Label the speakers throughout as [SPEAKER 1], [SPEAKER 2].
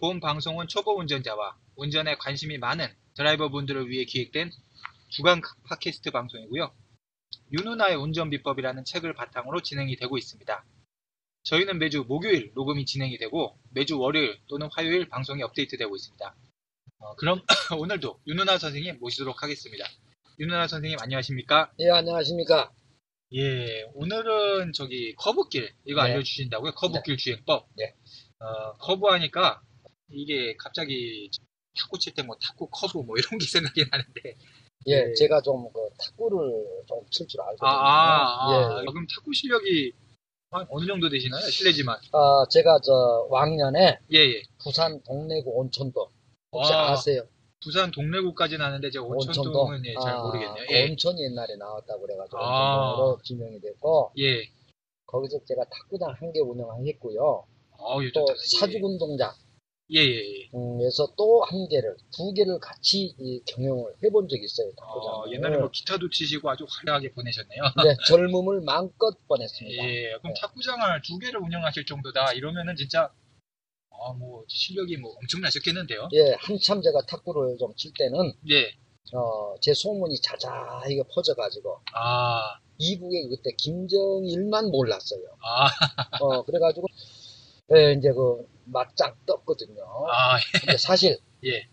[SPEAKER 1] 본 방송은 초보 운전자와 운전에 관심이 많은 드라이버 분들을 위해 기획된 주간 팟캐스트 방송이고요. 윤누나의 운전 비법이라는 책을 바탕으로 진행이 되고 있습니다. 저희는 매주 목요일 녹음이 진행이 되고 매주 월요일 또는 화요일 방송이 업데이트되고 있습니다. 어, 그럼 오늘도 윤누나 선생님 모시도록 하겠습니다. 윤누나 선생님 안녕하십니까?
[SPEAKER 2] 예, 안녕하십니까.
[SPEAKER 1] 예, 오늘은 저기 커브길 이거
[SPEAKER 2] 네.
[SPEAKER 1] 알려주신다고요? 커브길 주행법.
[SPEAKER 2] 네.
[SPEAKER 1] 어, 커브하니까 이게 갑자기 탁구 칠 때 뭐 탁구 커브 뭐 이런 게 생각이 나는데.
[SPEAKER 2] 예,
[SPEAKER 1] 네.
[SPEAKER 2] 제가 좀 그 탁구를 좀 칠 줄 알거든요.
[SPEAKER 1] 아, 아, 아.
[SPEAKER 2] 예.
[SPEAKER 1] 그럼 탁구 실력이 한 어느 정도 되시나요? 실례지만.
[SPEAKER 2] 아, 제가 저 왕년에
[SPEAKER 1] 예, 예.
[SPEAKER 2] 부산 동래구 온천동 혹시
[SPEAKER 1] 아,
[SPEAKER 2] 아세요?
[SPEAKER 1] 부산 동래구까지는 아는데 제가 온천동은 예, 잘
[SPEAKER 2] 아,
[SPEAKER 1] 모르겠네요.
[SPEAKER 2] 그
[SPEAKER 1] 예,
[SPEAKER 2] 온천이 옛날에 나왔다고 그래가지고
[SPEAKER 1] 아.
[SPEAKER 2] 온천동으로 지명이 됐고
[SPEAKER 1] 예.
[SPEAKER 2] 거기서 제가 탁구장 한 개 운영했고요.
[SPEAKER 1] 아, 예,
[SPEAKER 2] 또
[SPEAKER 1] 좋다.
[SPEAKER 2] 사주운동장
[SPEAKER 1] 예, 예, 예.
[SPEAKER 2] 에서 또 한 개를 두 개를 같이 이 경영을 해본 적이 있어요. 탁구장.
[SPEAKER 1] 어, 옛날에 뭐 기타도 치시고 아주 화려하게 보내셨네요.
[SPEAKER 2] 네, 젊음을 마음껏 보냈습니다.
[SPEAKER 1] 예, 그럼
[SPEAKER 2] 네.
[SPEAKER 1] 탁구장을 두 개를 운영하실 정도다. 이러면은 진짜 아, 뭐 실력이 뭐 엄청나셨겠는데요.
[SPEAKER 2] 예, 한참 제가 탁구를 좀 칠 때는
[SPEAKER 1] 예.
[SPEAKER 2] 어, 제 소문이 자자하게 퍼져가지고,
[SPEAKER 1] 아,
[SPEAKER 2] 이북에 그때 김정일만 몰랐어요.
[SPEAKER 1] 아,
[SPEAKER 2] 어, 그래가지고, 예, 이제 그, 맞짱 떴거든요.
[SPEAKER 1] 아, 예,
[SPEAKER 2] 근데 사실,
[SPEAKER 1] 예.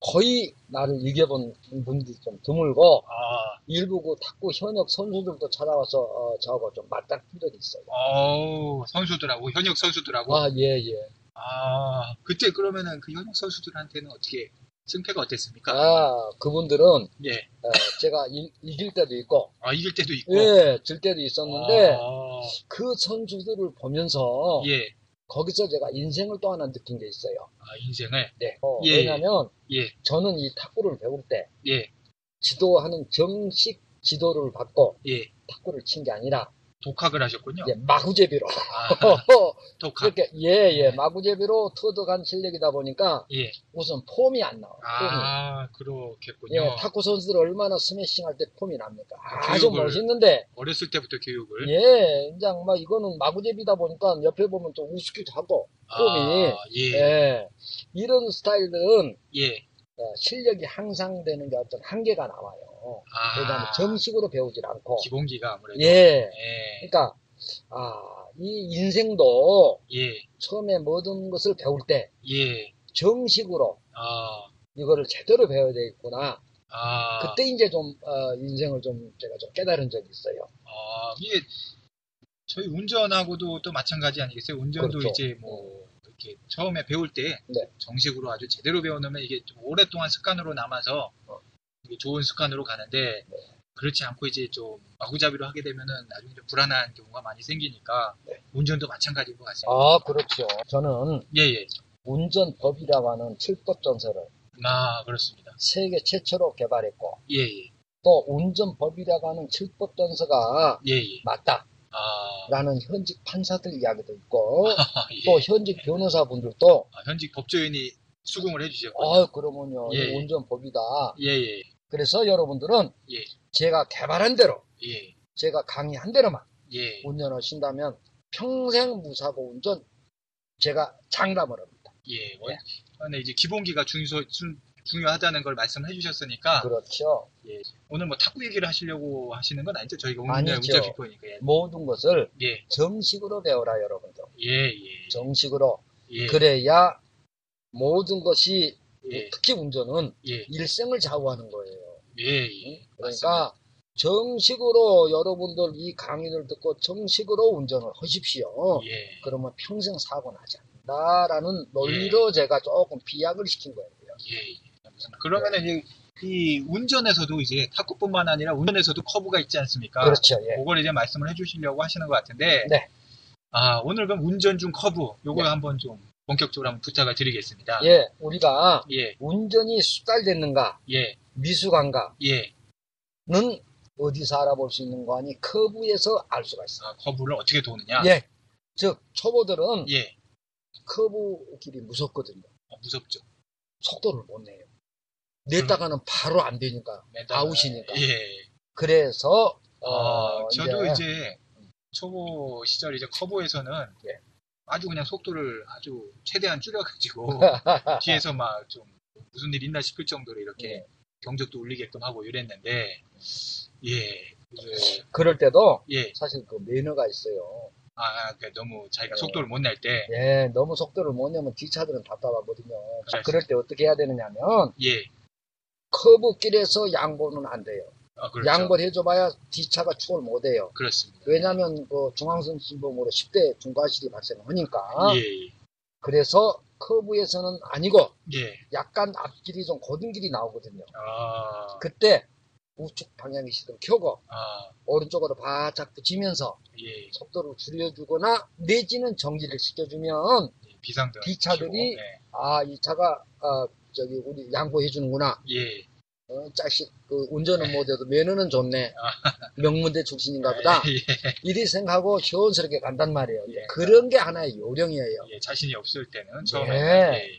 [SPEAKER 2] 거의 나를 이겨본 분들이 좀 드물고,
[SPEAKER 1] 아,
[SPEAKER 2] 일부 그 탁구 현역 선수들도 찾아와서, 어, 저하고 좀 맞짱 뜬 적이 있어요.
[SPEAKER 1] 어우, 선수들하고 현역 선수들하고.
[SPEAKER 2] 아, 예, 예.
[SPEAKER 1] 아, 그때 그러면은 그 현역 선수들한테는 어떻게 승패가 어땠습니까?
[SPEAKER 2] 아, 그분들은, 어,
[SPEAKER 1] 예,
[SPEAKER 2] 제가 이, 이길 때도 있고,
[SPEAKER 1] 아 이길 때도 있고.
[SPEAKER 2] 예, 질 때도 있었는데,
[SPEAKER 1] 아,
[SPEAKER 2] 그 선수들을 보면서,
[SPEAKER 1] 예,
[SPEAKER 2] 거기서 제가 인생을 또 하나 느낀 게 있어요.
[SPEAKER 1] 아, 인생을
[SPEAKER 2] 네. 어,
[SPEAKER 1] 예.
[SPEAKER 2] 왜냐면
[SPEAKER 1] 예,
[SPEAKER 2] 저는 이 탁구를 배울 때
[SPEAKER 1] 예,
[SPEAKER 2] 지도하는 정식 지도를 받고
[SPEAKER 1] 예,
[SPEAKER 2] 탁구를 친 게 아니라
[SPEAKER 1] 독학을 하셨군요.
[SPEAKER 2] 이제 마구제비로
[SPEAKER 1] 어. 아, 독학.
[SPEAKER 2] 그렇게 예. 예예 마구제비로 터득한 실력이다 보니까
[SPEAKER 1] 예,
[SPEAKER 2] 우선 폼이 안 나와요. 폼이.
[SPEAKER 1] 아, 그렇겠군요.
[SPEAKER 2] 예, 탁구 선수들 얼마나 스매싱 할 때 폼이 납니까? 아주
[SPEAKER 1] 교육을-
[SPEAKER 2] 멋있는데
[SPEAKER 1] 어렸을 때부터 교육을.
[SPEAKER 2] 예, 그냥 막 이거는 마구제비다 보니까 옆에 보면 좀 우습기도 하고 꿈이.
[SPEAKER 1] 아, 예,
[SPEAKER 2] 예 이런 스타일들은
[SPEAKER 1] 예.
[SPEAKER 2] 어, 실력이 향상되는 게 어떤 한계가 나와요.
[SPEAKER 1] 아,
[SPEAKER 2] 그다음에 그러니까 뭐 정식으로 배우질 않고.
[SPEAKER 1] 기본기가 아무래도
[SPEAKER 2] 예.
[SPEAKER 1] 예,
[SPEAKER 2] 그러니까 아, 이 인생도
[SPEAKER 1] 예,
[SPEAKER 2] 처음에 모든 것을 배울 때
[SPEAKER 1] 예,
[SPEAKER 2] 정식으로
[SPEAKER 1] 아,
[SPEAKER 2] 이거를 제대로 배워야 되겠구나.
[SPEAKER 1] 아,
[SPEAKER 2] 그때 이제 좀 어, 인생을 좀 제가 좀 깨달은 적이 있어요.
[SPEAKER 1] 아, 이게 저희 운전하고도 또 마찬가지 아니겠어요? 운전도
[SPEAKER 2] 그렇죠.
[SPEAKER 1] 이제 뭐 이렇게 처음에 배울 때
[SPEAKER 2] 네.
[SPEAKER 1] 정식으로 아주 제대로 배워놓으면 이게 좀 오랫동안 습관으로 남아서
[SPEAKER 2] 어. 네.
[SPEAKER 1] 이게 좋은 습관으로 가는데 그렇지 않고 이제 좀 마구잡이로 하게 되면은 나중에 좀 불안한 경우가 많이 생기니까
[SPEAKER 2] 네.
[SPEAKER 1] 운전도 마찬가지인 것 같습니다.
[SPEAKER 2] 아, 그렇죠. 저는
[SPEAKER 1] 예, 예,
[SPEAKER 2] 운전법이라고 하는 칠법 전서를
[SPEAKER 1] 아, 그렇습니다.
[SPEAKER 2] 세계 최초로 개발했고
[SPEAKER 1] 예, 예,
[SPEAKER 2] 또 운전법이라고 하는 칠법 전서가
[SPEAKER 1] 예, 예,
[SPEAKER 2] 맞다라는
[SPEAKER 1] 아,
[SPEAKER 2] 현직 판사들 이야기도 있고
[SPEAKER 1] 예.
[SPEAKER 2] 또 현직 변호사분들도
[SPEAKER 1] 아, 현직 법조인이 수긍을 해주셨군요.
[SPEAKER 2] 아 그러면요
[SPEAKER 1] 예.
[SPEAKER 2] 이거 운전법이다
[SPEAKER 1] 예, 예,
[SPEAKER 2] 그래서 여러분들은
[SPEAKER 1] 예.
[SPEAKER 2] 제가 개발한 대로
[SPEAKER 1] 예,
[SPEAKER 2] 제가 강의한 대로만
[SPEAKER 1] 예,
[SPEAKER 2] 운전하신다면 평생 무사고 운전 제가 장담을 합니다
[SPEAKER 1] 예.
[SPEAKER 2] 네.
[SPEAKER 1] 원, 근데 이제 기본기가 중요, 중- 중요하다는 걸 말씀해 주셨으니까,
[SPEAKER 2] 그렇죠
[SPEAKER 1] 오늘 뭐 탁구 얘기를 하시려고 하시는 건 아니죠? 저희가
[SPEAKER 2] 아니죠.
[SPEAKER 1] 오늘 문자 비포니까. 예,
[SPEAKER 2] 모든 것을
[SPEAKER 1] 예,
[SPEAKER 2] 정식으로 배워라 여러분들
[SPEAKER 1] 예, 예.
[SPEAKER 2] 정식으로
[SPEAKER 1] 예,
[SPEAKER 2] 그래야 모든 것이
[SPEAKER 1] 예,
[SPEAKER 2] 특히 운전은
[SPEAKER 1] 예,
[SPEAKER 2] 일생을 좌우하는 거예요
[SPEAKER 1] 예, 예.
[SPEAKER 2] 그러니까 정식으로 여러분들 이 강의를 듣고 정식으로 운전을 하십시오.
[SPEAKER 1] 예.
[SPEAKER 2] 그러면 평생 사고 나지 않는다라는 논리로 제가 조금 비약을 시킨 거예요.
[SPEAKER 1] 예, 예. 그러면은 이제 이 운전에서도 이제 탁구뿐만 아니라 운전에서도 커브가 있지 않습니까?
[SPEAKER 2] 그렇죠. 예.
[SPEAKER 1] 그걸 이제 말씀을 해주시려고 하시는 것 같은데.
[SPEAKER 2] 네.
[SPEAKER 1] 아 오늘 그럼 운전 중 커브 요거
[SPEAKER 2] 네.
[SPEAKER 1] 한번 좀 본격적으로 한번 부탁을 드리겠습니다.
[SPEAKER 2] 예, 우리가
[SPEAKER 1] 예,
[SPEAKER 2] 운전이 숙달됐는가,
[SPEAKER 1] 예,
[SPEAKER 2] 미숙한가는
[SPEAKER 1] 예.
[SPEAKER 2] 어디서 알아볼 수 있는 거 아니 커브에서 알 수가 있어.
[SPEAKER 1] 아, 커브를 어떻게 도느냐?
[SPEAKER 2] 예. 즉 초보들은
[SPEAKER 1] 예.
[SPEAKER 2] 커브 길이 무섭거든요.
[SPEAKER 1] 어, 무섭죠.
[SPEAKER 2] 속도를 못 내요. 냈다가는 바로 안 되니까
[SPEAKER 1] 매달.
[SPEAKER 2] 아웃이니까.
[SPEAKER 1] 예.
[SPEAKER 2] 그래서
[SPEAKER 1] 아,
[SPEAKER 2] 어,
[SPEAKER 1] 저도 이제 초보 시절 이제 커브에서는
[SPEAKER 2] 예.
[SPEAKER 1] 아주 그냥 속도를 아주 최대한 줄여가지고 뒤에서 막 좀 무슨 일 있나 싶을 정도로 이렇게
[SPEAKER 2] 예.
[SPEAKER 1] 경적도 울리게끔 하고 이랬는데 예. 그,
[SPEAKER 2] 그럴 때도
[SPEAKER 1] 예.
[SPEAKER 2] 사실 그 매너가 있어요.
[SPEAKER 1] 아, 그 너무 자기가
[SPEAKER 2] 예.
[SPEAKER 1] 속도를 못 낼 때.
[SPEAKER 2] 예, 너무 속도를 못 내면 뒤차들은 답답하거든요. 자,
[SPEAKER 1] 그렇죠.
[SPEAKER 2] 그럴 때 어떻게 해야 되느냐면
[SPEAKER 1] 예.
[SPEAKER 2] 커브길에서 양보는 안 돼요.
[SPEAKER 1] 아, 그렇죠.
[SPEAKER 2] 양보를 해줘봐야 뒤차가 추월 못 해요.
[SPEAKER 1] 그렇습니다.
[SPEAKER 2] 왜냐하면 그 중앙선 신봉으로 10대 중과실이 발생하니까
[SPEAKER 1] 예. 예.
[SPEAKER 2] 그래서 커브에서는 아니고
[SPEAKER 1] 예.
[SPEAKER 2] 약간 앞길이 좀 고든 길이 나오거든요.
[SPEAKER 1] 아.
[SPEAKER 2] 그때 우측 방향의 시동 켜고
[SPEAKER 1] 아.
[SPEAKER 2] 오른쪽으로 바짝 붙이면서
[SPEAKER 1] 예.
[SPEAKER 2] 속도를 줄여주거나 내지는 정지를 시켜주면
[SPEAKER 1] 비상등.
[SPEAKER 2] 기차들이-
[SPEAKER 1] 켜고, 네.
[SPEAKER 2] 아 이 차가 아, 저기 우리 양보해 주는구나
[SPEAKER 1] 예. 예.
[SPEAKER 2] 어, 자식 그 운전은 못해도 면허는 좋네 명문대 출신인가 보다
[SPEAKER 1] 아. 예.
[SPEAKER 2] 이리 생각하고 시원스럽게 간단 말이에요
[SPEAKER 1] 예.
[SPEAKER 2] 그런 게 하나의 요령이에요
[SPEAKER 1] 예, 자신이 없을 때는
[SPEAKER 2] 예.
[SPEAKER 1] 처음에 예,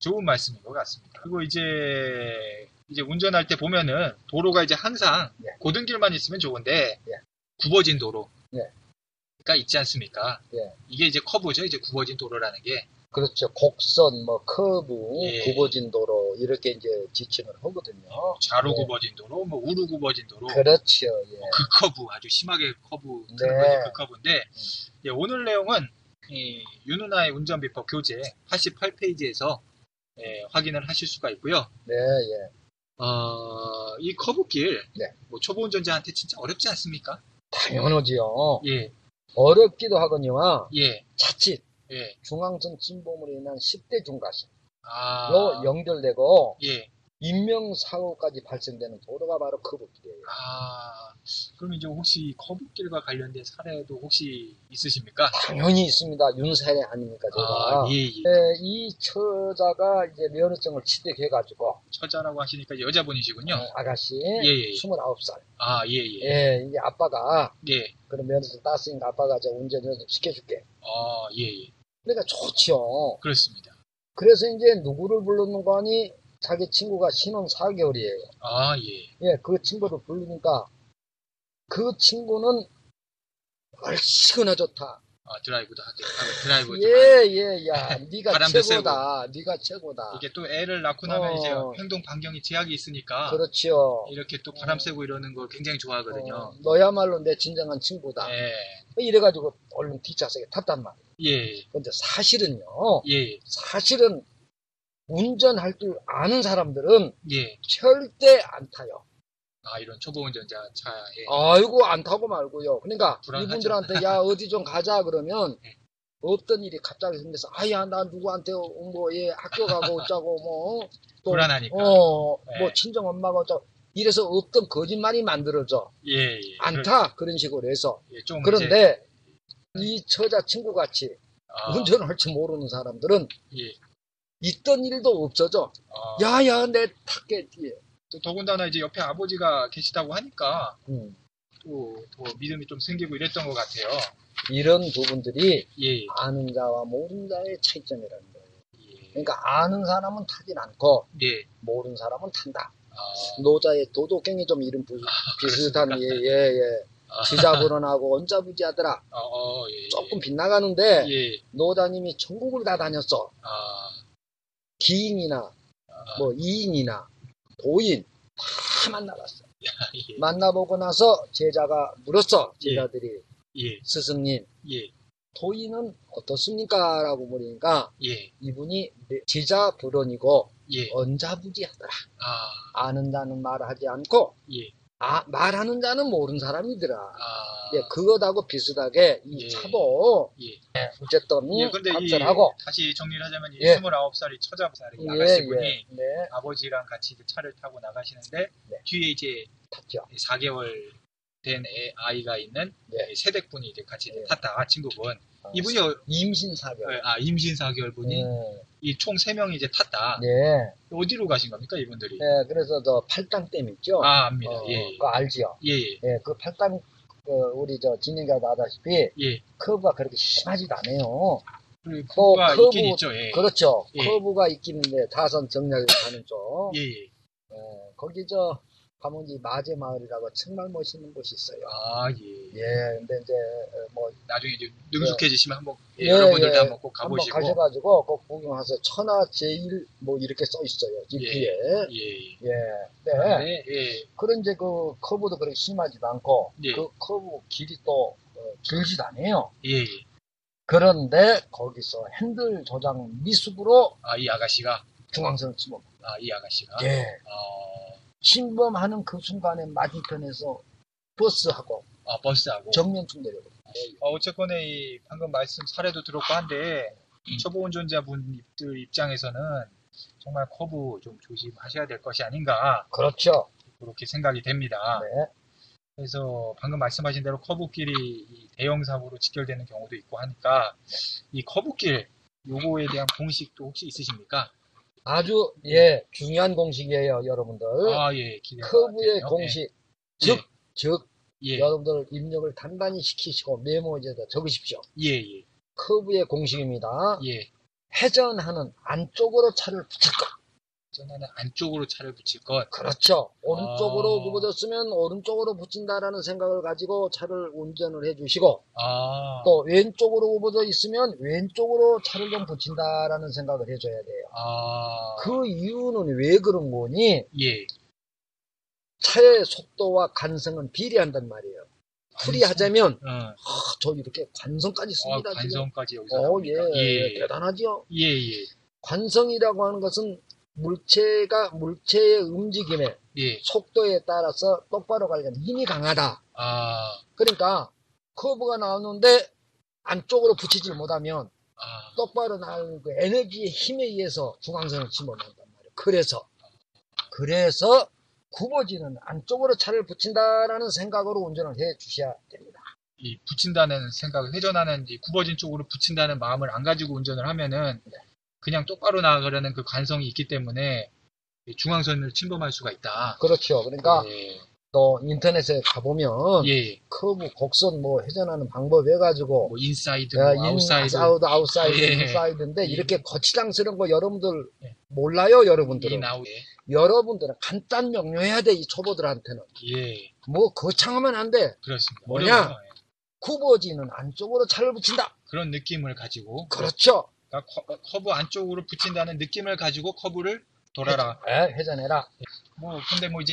[SPEAKER 1] 좋은 말씀인 것 같습니다. 그리고 이제 이제 운전할 때 보면은 도로가 이제 항상
[SPEAKER 2] 예.
[SPEAKER 1] 고등길만 있으면 좋은데
[SPEAKER 2] 예.
[SPEAKER 1] 굽어진 도로가
[SPEAKER 2] 예.
[SPEAKER 1] 있지 않습니까?
[SPEAKER 2] 예.
[SPEAKER 1] 이게 이제 커브죠. 이제 굽어진 도로라는 게
[SPEAKER 2] 그렇죠 곡선 뭐 커브
[SPEAKER 1] 예.
[SPEAKER 2] 굽어진 도로 이렇게 이제 지칭을 하거든요
[SPEAKER 1] 좌로
[SPEAKER 2] 예.
[SPEAKER 1] 굽어진 도로, 뭐 우로 굽어진 도로,
[SPEAKER 2] 그렇죠 예.
[SPEAKER 1] 그 커브 아주 심하게 커브
[SPEAKER 2] 네. 음.
[SPEAKER 1] 트는 거지 그 커브인데 예, 오늘 내용은 이 유누나의 운전 비법 교재 88페이지에서 예, 확인을 하실 수가 있고요.
[SPEAKER 2] 네, 예.
[SPEAKER 1] 어, 이 커브길,
[SPEAKER 2] 네.
[SPEAKER 1] 뭐 초보 운전자한테 진짜 어렵지 않습니까?
[SPEAKER 2] 당연하지요
[SPEAKER 1] 예,
[SPEAKER 2] 어렵기도 하거니와
[SPEAKER 1] 예,
[SPEAKER 2] 자칫
[SPEAKER 1] 예.
[SPEAKER 2] 중앙선 침범으로 인한 10대 중과실로
[SPEAKER 1] 아,
[SPEAKER 2] 연결되고
[SPEAKER 1] 예.
[SPEAKER 2] 인명사고까지 발생되는 도로가 바로 커브길이에요.
[SPEAKER 1] 아, 그럼 이제 혹시 이 커브길과 관련된 사례도 혹시 있으십니까?
[SPEAKER 2] 당연히 있습니다. 윤사례 아닙니까, 제가.
[SPEAKER 1] 아, 예, 예.
[SPEAKER 2] 네, 이 처자가 이제 면허증을 취득해가지고 어,
[SPEAKER 1] 처자라고 하시니까 이제 여자분이시군요.
[SPEAKER 2] 네. 아가씨
[SPEAKER 1] 어. 예, 예, 예.
[SPEAKER 2] 29살.
[SPEAKER 1] 아, 예, 예,
[SPEAKER 2] 예, 이제 아빠가
[SPEAKER 1] 예.
[SPEAKER 2] 그런 면허증 땄으니까 아빠가 저 운전 연습 시켜줄게.
[SPEAKER 1] 아, 예, 예.
[SPEAKER 2] 그러니까 좋지요.
[SPEAKER 1] 그렇습니다.
[SPEAKER 2] 그래서 이제 누구를 불렀는가 하니 자기 친구가 신혼 4개월이에요.
[SPEAKER 1] 아, 예.
[SPEAKER 2] 예, 그 친구를 부르니까 그 친구는 얼씨구나 좋다.
[SPEAKER 1] 아, 드라이브도 하죠. 아, 드라이브.
[SPEAKER 2] 예, 예, 야, 네가
[SPEAKER 1] 바람도
[SPEAKER 2] 최고다. 네가 최고다.
[SPEAKER 1] 이게 또 애를 낳고 나면
[SPEAKER 2] 어.
[SPEAKER 1] 이제 행동 반경이 제약이 있으니까
[SPEAKER 2] 그렇지요.
[SPEAKER 1] 이렇게 또 바람 쐬고 이러는 걸 굉장히 좋아하거든요.
[SPEAKER 2] 어, 너야말로 내 진정한 친구다.
[SPEAKER 1] 예,
[SPEAKER 2] 뭐 이래가지고 얼른 뒷좌석에 탔단 말이에요.
[SPEAKER 1] 예,
[SPEAKER 2] 근데 사실은요,
[SPEAKER 1] 예,
[SPEAKER 2] 사실은 운전할 줄 아는 사람들은
[SPEAKER 1] 예.
[SPEAKER 2] 절대 안 타요.
[SPEAKER 1] 아, 이런 초보 운전자 차에. 예.
[SPEAKER 2] 어, 아이고, 안 타고 말고요. 그러니까
[SPEAKER 1] 불안하죠.
[SPEAKER 2] 이분들한테 야, 어디 좀 가자 그러면
[SPEAKER 1] 네.
[SPEAKER 2] 없던 일이 갑자기 생겨서 아야, 나 누구한테 온 거, 얘 학교 가고 어쩌고 뭐. 또,
[SPEAKER 1] 불안하니까.
[SPEAKER 2] 어,
[SPEAKER 1] 네.
[SPEAKER 2] 뭐 친정 엄마가 어쩌고. 이래서 없던 거짓말이 만들어져.
[SPEAKER 1] 예, 예.
[SPEAKER 2] 안
[SPEAKER 1] 그럴-
[SPEAKER 2] 타. 그런 식으로 해서.
[SPEAKER 1] 예, 좀 이제,
[SPEAKER 2] 그런데 이 처자 친구 같이
[SPEAKER 1] 아,
[SPEAKER 2] 운전을 할 줄 모르는 사람들은
[SPEAKER 1] 예.
[SPEAKER 2] 있던 일도 없어져.
[SPEAKER 1] 아,
[SPEAKER 2] 야야 내 탔겠지.
[SPEAKER 1] 또 더군다나 이제 옆에 아버지가 계시다고 하니까
[SPEAKER 2] 음,
[SPEAKER 1] 또, 더 믿음이 좀 생기고 이랬던 것 같아요.
[SPEAKER 2] 이런 부분들이
[SPEAKER 1] 예,
[SPEAKER 2] 아는 자와 모르는 자의 차이점이라는 거예요.
[SPEAKER 1] 예,
[SPEAKER 2] 그러니까 아는 사람은 타진 않고
[SPEAKER 1] 예.
[SPEAKER 2] 모르는 사람은 탄다.
[SPEAKER 1] 아,
[SPEAKER 2] 노자의 도도경이 좀 이름 부- 비슷한 예예 예.
[SPEAKER 1] 아.
[SPEAKER 2] 지자분원하고 언자부지하더라.
[SPEAKER 1] 아, 어, 예.
[SPEAKER 2] 조금 빗나가는데
[SPEAKER 1] 예,
[SPEAKER 2] 노자님이 전국을 다 다녔어.
[SPEAKER 1] 아,
[SPEAKER 2] 기인이나
[SPEAKER 1] 아,
[SPEAKER 2] 뭐 이인이나 도인 다 만나봤어.
[SPEAKER 1] 예,
[SPEAKER 2] 만나보고 나서 제자가 물었어. 제자들이
[SPEAKER 1] 예,
[SPEAKER 2] 스승님
[SPEAKER 1] 예,
[SPEAKER 2] 토이는 어떻습니까? 라고 물으니까
[SPEAKER 1] 예,
[SPEAKER 2] 이분이 제자 불원이고
[SPEAKER 1] 예,
[SPEAKER 2] 언자부지하더라.
[SPEAKER 1] 아,
[SPEAKER 2] 아는다는 말을 하지 않고
[SPEAKER 1] 예,
[SPEAKER 2] 아, 말하는 자는 모르는 사람이더라.
[SPEAKER 1] 아,
[SPEAKER 2] 예, 그것하고 비슷하게 이
[SPEAKER 1] 예.
[SPEAKER 2] 차도
[SPEAKER 1] 예.
[SPEAKER 2] 어쨌든
[SPEAKER 1] 예, 근데 이,
[SPEAKER 2] 감찰하고
[SPEAKER 1] 다시 정리를 하자면 이
[SPEAKER 2] 예.
[SPEAKER 1] 29살이 처자살이
[SPEAKER 2] 예,
[SPEAKER 1] 아가씨분이
[SPEAKER 2] 예, 네,
[SPEAKER 1] 아버지랑 같이 이제 차를 타고 나가시는데
[SPEAKER 2] 네.
[SPEAKER 1] 뒤에 이제
[SPEAKER 2] 탔죠.
[SPEAKER 1] 4개월 된 애, 아이가 있는
[SPEAKER 2] 네.
[SPEAKER 1] 이 세댁분이 이제 같이 이제
[SPEAKER 2] 예.
[SPEAKER 1] 탔다 친구분
[SPEAKER 2] 아,
[SPEAKER 1] 이분이 어-
[SPEAKER 2] 임신 사별.
[SPEAKER 1] 아 임신 4개월분이 아. 이 총 3명이 이제 탔다
[SPEAKER 2] 네, 네.
[SPEAKER 1] 어디로 가신 겁니까 이분들이
[SPEAKER 2] 네, 그래서 저 팔당 댐 있죠.
[SPEAKER 1] 아 압니다
[SPEAKER 2] 어, 그거 알지요?
[SPEAKER 1] 예 예 예
[SPEAKER 2] 예, 그 팔당 그 우리 저 진행자도 알다시피
[SPEAKER 1] 예.
[SPEAKER 2] 커브가 그렇게 심하지도 않아요.
[SPEAKER 1] 그리고
[SPEAKER 2] 또
[SPEAKER 1] 그거가
[SPEAKER 2] 어, 그거
[SPEAKER 1] 있긴
[SPEAKER 2] 뭐-
[SPEAKER 1] 있죠 예
[SPEAKER 2] 그렇죠.
[SPEAKER 1] 예.
[SPEAKER 2] 커브가 있긴 한데 다선 정략을 가는 쪽.
[SPEAKER 1] 예, 예.
[SPEAKER 2] 예, 거기 저 가면 이 마제 마을이라고 정말 멋있는 곳이 있어요.
[SPEAKER 1] 아, 예.
[SPEAKER 2] 예, 근데 이제 어, 뭐
[SPEAKER 1] 나중에 이제 능숙해지시면 한번 예,
[SPEAKER 2] 예,
[SPEAKER 1] 여러분들도
[SPEAKER 2] 예.
[SPEAKER 1] 한번 꼭
[SPEAKER 2] 한번
[SPEAKER 1] 가보시고
[SPEAKER 2] 가셔가지고 꼭 구경하세요. 천하 제일 뭐 이렇게 써 있어요. 이
[SPEAKER 1] 예.
[SPEAKER 2] 뒤에.
[SPEAKER 1] 예, 예.
[SPEAKER 2] 예, 네.
[SPEAKER 1] 네, 예.
[SPEAKER 2] 그런 이제 그 커브도 그렇게 심하지도 않고
[SPEAKER 1] 예.
[SPEAKER 2] 그 커브 길이 또 어, 길지도 않아요.
[SPEAKER 1] 예, 예.
[SPEAKER 2] 그런데 거기서 핸들 조장 미숙으로
[SPEAKER 1] 아, 이 아가씨가,
[SPEAKER 2] 중앙선을 침범.
[SPEAKER 1] 아, 이 아가씨가,
[SPEAKER 2] 예.
[SPEAKER 1] 어,
[SPEAKER 2] 침범하는 그 순간에 맞은편에서 버스하고
[SPEAKER 1] 아, 버스하고.
[SPEAKER 2] 정면 충돌이고.
[SPEAKER 1] 어, 어쨌거나 이 방금 말씀 사례도 들었고 한데 초보 운전자분들 입장에서는 정말 커브 좀 조심하셔야 될 것이 아닌가
[SPEAKER 2] 그렇죠.
[SPEAKER 1] 그렇게 생각이 됩니다.
[SPEAKER 2] 네.
[SPEAKER 1] 그래서 방금 말씀하신 대로 커브길이 이 대형 사고로 직결되는 경우도 있고 하니까 이 커브길 요거에 대한 공식도 혹시 있으십니까?
[SPEAKER 2] 아주 예 중요한 공식이에요, 여러분들.
[SPEAKER 1] 아, 예, 기대가
[SPEAKER 2] 커브의
[SPEAKER 1] 되네요.
[SPEAKER 2] 그 공식.
[SPEAKER 1] 예.
[SPEAKER 2] 즉, 즉
[SPEAKER 1] 예,
[SPEAKER 2] 여러분들 입력을 단단히 시키시고 메모지에다 적으십시오.
[SPEAKER 1] 예, 예,
[SPEAKER 2] 커브의 공식입니다.
[SPEAKER 1] 예.
[SPEAKER 2] 회전하는 안쪽으로 차를 붙일 것.
[SPEAKER 1] 전화는 안쪽으로 차를 붙일 것.
[SPEAKER 2] 그렇죠. 오른쪽으로
[SPEAKER 1] 아.
[SPEAKER 2] 굽어졌으면 오른쪽으로 붙인다라는 생각을 가지고 차를 운전을 해주시고
[SPEAKER 1] 아,
[SPEAKER 2] 또 왼쪽으로 굽어져 있으면 왼쪽으로 차를 좀 붙인다라는 생각을 해줘야 돼요.
[SPEAKER 1] 아,
[SPEAKER 2] 그 이유는 왜 그런 거니?
[SPEAKER 1] 예.
[SPEAKER 2] 차의 속도와 관성은 비례한단 말이에요. 풀이하자면
[SPEAKER 1] 응.
[SPEAKER 2] 아, 저 이렇게 관성까지
[SPEAKER 1] 아,
[SPEAKER 2] 씁니다. 지금.
[SPEAKER 1] 어, 관성까지 여기서
[SPEAKER 2] 어, 예,
[SPEAKER 1] 나옵니까? 예,
[SPEAKER 2] 대단하죠.
[SPEAKER 1] 예, 예,
[SPEAKER 2] 관성이라고 하는 것은 물체가 물체의 움직임에
[SPEAKER 1] 예.
[SPEAKER 2] 속도에 따라서 똑바로 가려면 힘이 강하다.
[SPEAKER 1] 아,
[SPEAKER 2] 그러니까 커브가 나오는데 안쪽으로 붙이질 못하면
[SPEAKER 1] 아,
[SPEAKER 2] 똑바로 나오는 그 에너지의 힘에 의해서 중앙선을 침범한단 말이에요. 그래서 그래서 굽어지는 안쪽으로 차를 붙인다라는 생각으로 운전을 해 주셔야 됩니다.
[SPEAKER 1] 이 붙인다는 생각, 회전하는 이 굽어진 쪽으로 붙인다는 마음을 안 가지고 운전을 하면은
[SPEAKER 2] 네.
[SPEAKER 1] 그냥 똑바로 나가려는 그 관성이 있기 때문에 이 중앙선을 침범할 수가 있다.
[SPEAKER 2] 그렇죠. 그러니까
[SPEAKER 1] 예,
[SPEAKER 2] 또 인터넷에 가보면
[SPEAKER 1] 예.
[SPEAKER 2] 커브 곡선 뭐 회전하는 방법 해가지고
[SPEAKER 1] 뭐 인사이드, 뭐
[SPEAKER 2] 야, 인,
[SPEAKER 1] 아웃사이드.
[SPEAKER 2] 아웃, 아웃사이드,
[SPEAKER 1] 예.
[SPEAKER 2] 인사이드인데
[SPEAKER 1] 예.
[SPEAKER 2] 이렇게 거치장스러운 거 여러분들
[SPEAKER 1] 예.
[SPEAKER 2] 몰라요, 여러분들은.
[SPEAKER 1] 인 아웃. 예.
[SPEAKER 2] 여러분들은 간단 명료해야 돼, 이 초보들한테는.
[SPEAKER 1] 예,
[SPEAKER 2] 뭐 거창하면 안 돼.
[SPEAKER 1] 그렇습니다.
[SPEAKER 2] 뭐냐?
[SPEAKER 1] 어려워요. 예.
[SPEAKER 2] 굽어지는 안쪽으로 차를 붙인다.
[SPEAKER 1] 그런 느낌을 가지고
[SPEAKER 2] 그렇죠.
[SPEAKER 1] 그러니까 커- 커브 안쪽으로 붙인다는 느낌을 가지고 커브를 돌아라.
[SPEAKER 2] 예, 회전해라.
[SPEAKER 1] 뭐 근데 뭐 이제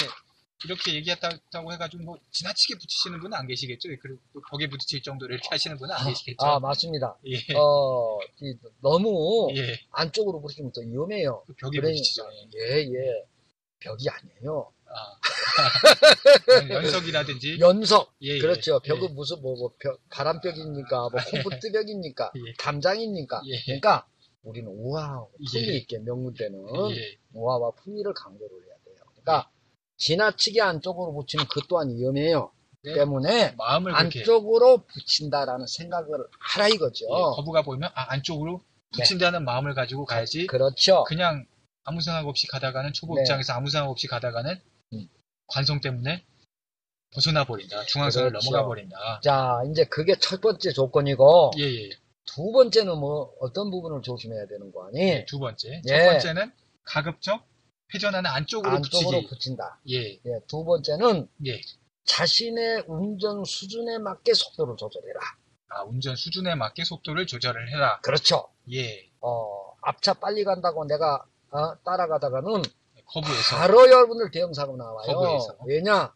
[SPEAKER 1] 이렇게 얘기했다고 해가지고 뭐 지나치게 붙이시는 분은 안 계시겠죠? 예, 그리고 또 벽에 부딪힐 정도로 이렇게 하시는 분은 안 계시겠죠?
[SPEAKER 2] 아, 맞습니다.
[SPEAKER 1] 예,
[SPEAKER 2] 어, 이, 너무
[SPEAKER 1] 예,
[SPEAKER 2] 안쪽으로 부르시면 더 위험해요.
[SPEAKER 1] 그 벽에
[SPEAKER 2] 그래.
[SPEAKER 1] 부딪히죠. 예.
[SPEAKER 2] 예, 예. 벽이 아니에요.
[SPEAKER 1] 아. 연석이라든지
[SPEAKER 2] 연석.
[SPEAKER 1] 예, 예.
[SPEAKER 2] 그렇죠.
[SPEAKER 1] 예.
[SPEAKER 2] 벽은 무슨, 뭐, 뭐, 벽, 바람벽입니까? 뭐, 콤프트벽입니까?
[SPEAKER 1] 예.
[SPEAKER 2] 담장입니까?
[SPEAKER 1] 예.
[SPEAKER 2] 그러니까 우리는 우아와
[SPEAKER 1] 예.
[SPEAKER 2] 품위 있게 명문 때는
[SPEAKER 1] 예,
[SPEAKER 2] 우아와 품위를 강조를 해야 돼요. 그러니까 지나치게 안쪽으로 붙이면 그 또한 위험해요.
[SPEAKER 1] 네.
[SPEAKER 2] 때문에
[SPEAKER 1] 마음을 그렇게
[SPEAKER 2] 안쪽으로 어. 붙인다라는 생각을 하라 이거죠.
[SPEAKER 1] 예, 거부가 보이면 아, 안쪽으로
[SPEAKER 2] 네.
[SPEAKER 1] 붙인다는 마음을 가지고 가야지
[SPEAKER 2] 그렇죠.
[SPEAKER 1] 그냥 아무 생각 없이 가다가는 초보
[SPEAKER 2] 네.
[SPEAKER 1] 입장에서 아무 생각 없이 가다가는
[SPEAKER 2] 음.
[SPEAKER 1] 관성 때문에 벗어나 버린다. 중앙선을
[SPEAKER 2] 그렇죠.
[SPEAKER 1] 넘어가 버린다.
[SPEAKER 2] 자, 이제 그게 첫 번째 조건이고
[SPEAKER 1] 예, 예.
[SPEAKER 2] 두 번째는 뭐 어떤 부분을 조심해야 되는 거 아니?
[SPEAKER 1] 두 번째.
[SPEAKER 2] 예.
[SPEAKER 1] 첫 번째는 가급적 회전하는 안쪽으로
[SPEAKER 2] 안쪽으로
[SPEAKER 1] 붙이기.
[SPEAKER 2] 붙인다.
[SPEAKER 1] 예,
[SPEAKER 2] 예, 두 번째는
[SPEAKER 1] 예.
[SPEAKER 2] 자신의 운전 수준에 맞게 속도를 조절해라.
[SPEAKER 1] 아, 운전 수준에 맞게 속도를 조절을 해라.
[SPEAKER 2] 그렇죠.
[SPEAKER 1] 예.
[SPEAKER 2] 어, 앞차 빨리 간다고 내가 어, 따라가다가는
[SPEAKER 1] 커브에서.
[SPEAKER 2] 바로 여러분들 대형 사고 나와요.
[SPEAKER 1] 거부해서.
[SPEAKER 2] 왜냐?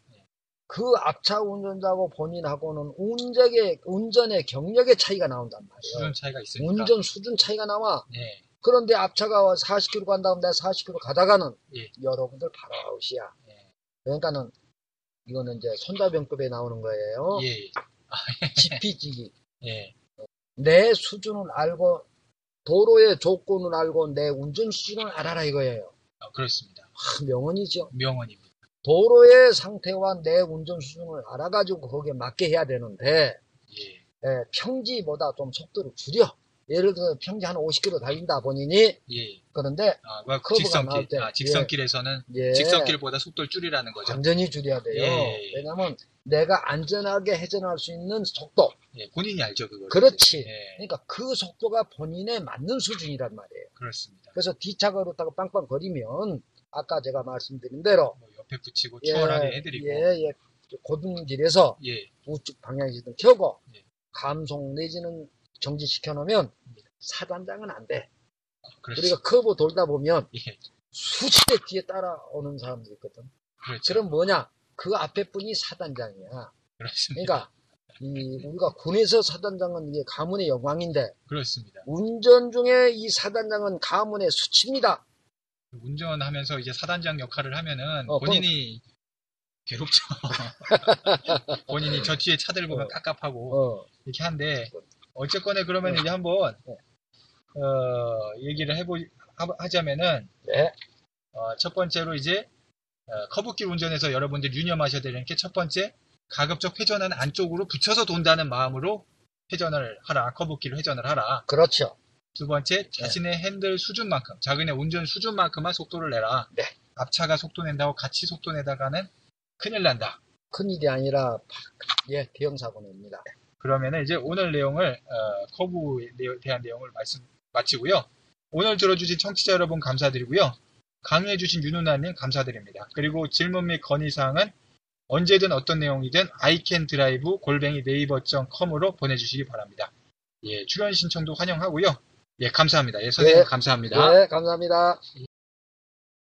[SPEAKER 2] 그 앞차 운전자하고 본인하고는 운전의 운전의 경력의 차이가 나온단 말이에요.
[SPEAKER 1] 수준 차이가 있으니까.
[SPEAKER 2] 운전 수준 차이가 나와.
[SPEAKER 1] 예.
[SPEAKER 2] 그런데 앞차가 40km 간 다음에 40km 가다가는
[SPEAKER 1] 예.
[SPEAKER 2] 여러분들 바로 아웃이야.
[SPEAKER 1] 예.
[SPEAKER 2] 그러니까는 이거는 이제 손자병급에 나오는 거예요.
[SPEAKER 1] 예, 예.
[SPEAKER 2] 지피지기.
[SPEAKER 1] 예.
[SPEAKER 2] 내 수준은 알고 도로의 조건을 알고 내 운전 수준을 알아라 이거예요.
[SPEAKER 1] 어, 그렇습니다.
[SPEAKER 2] 아, 명언이죠.
[SPEAKER 1] 명언입니다.
[SPEAKER 2] 도로의 상태와 내 운전 수준을 알아가지고 거기에 맞게 해야 되는데
[SPEAKER 1] 예.
[SPEAKER 2] 예, 평지보다 좀 속도를 줄여. 예를 들어 평지 한 50km 달린다 본인이
[SPEAKER 1] 예.
[SPEAKER 2] 그런데
[SPEAKER 1] 아, 뭐,
[SPEAKER 2] 커브가 나올
[SPEAKER 1] 직선길.
[SPEAKER 2] 때.
[SPEAKER 1] 아, 직선길에서는
[SPEAKER 2] 예,
[SPEAKER 1] 직선길보다 속도를 줄이라는 거죠.
[SPEAKER 2] 완전히 줄여야 돼요.
[SPEAKER 1] 예, 예, 예.
[SPEAKER 2] 왜냐하면 내가 안전하게 회전할 수 있는 속도.
[SPEAKER 1] 예, 본인이 알죠, 그거.
[SPEAKER 2] 그렇지.
[SPEAKER 1] 예,
[SPEAKER 2] 그러니까 그 속도가 본인에 맞는 수준이란 말이에요.
[SPEAKER 1] 그렇습니다.
[SPEAKER 2] 그래서 뒤차가 그렇다고 빵빵거리면 아까 제가 말씀드린 대로
[SPEAKER 1] 뭐 옆에 붙이고
[SPEAKER 2] 예,
[SPEAKER 1] 추월하게 해드리고. 예.
[SPEAKER 2] 예, 예, 고등길에서 우측 방향지등 켜고
[SPEAKER 1] 예.
[SPEAKER 2] 감속 내지는 정지시켜 놓으면 사단장은 안 돼.
[SPEAKER 1] 그렇습니다.
[SPEAKER 2] 우리가 커브 돌다 보면
[SPEAKER 1] 그렇죠. 예,
[SPEAKER 2] 수시대 뒤에 따라오는 사람들이 있거든.
[SPEAKER 1] 그렇죠.
[SPEAKER 2] 그럼 뭐냐? 그 앞에 분이 사단장이야.
[SPEAKER 1] 그렇습니다.
[SPEAKER 2] 그러니까 이 우리가 군에서 사단장은 이게 가문의 영광인데
[SPEAKER 1] 그렇습니다.
[SPEAKER 2] 운전 중에 이 사단장은 가문의 수치입니다.
[SPEAKER 1] 운전하면서 이제 사단장 역할을 하면은
[SPEAKER 2] 어,
[SPEAKER 1] 본인이 괴롭죠. 본인이 저 뒤에 차들 보면
[SPEAKER 2] 어.
[SPEAKER 1] 깝깝하고
[SPEAKER 2] 어,
[SPEAKER 1] 이렇게 한데 어쨌거나 그러면 이제 한번
[SPEAKER 2] 네.
[SPEAKER 1] 어, 얘기를 해보 하- 하자면은
[SPEAKER 2] 네.
[SPEAKER 1] 어, 첫 번째로 이제 어, 커브길 운전에서 여러분들 유념하셔야 되는 게 첫 번째 가급적 회전은 안쪽으로 붙여서 돈다는 마음으로 회전을 하라 커브길 회전을 하라
[SPEAKER 2] 그렇죠.
[SPEAKER 1] 두 번째, 자신의
[SPEAKER 2] 네.
[SPEAKER 1] 핸들 수준만큼, 자기네 운전 수준만큼만 속도를 내라.
[SPEAKER 2] 네.
[SPEAKER 1] 앞차가 속도 낸다고 같이 속도 내다가는 큰일 난다.
[SPEAKER 2] 큰일이 아니라 팍, 예, 대형 사고입니다.
[SPEAKER 1] 그러면은 이제 오늘 내용을, 어, 커브에 내- 대한 내용을 말씀, 마치고요. 오늘 들어주신 청취자 여러분 감사드리고요. 강의해주신 윤은아님 감사드립니다. 그리고 질문 및 건의사항은 언제든 어떤 내용이든 iCanDrive 골뱅이 네이버.com으로 보내주시기 바랍니다. 예, 출연 신청도 환영하고요. 예, 감사합니다. 예, 선생님
[SPEAKER 2] 네.
[SPEAKER 1] 감사합니다.
[SPEAKER 2] 예, 감사합니다.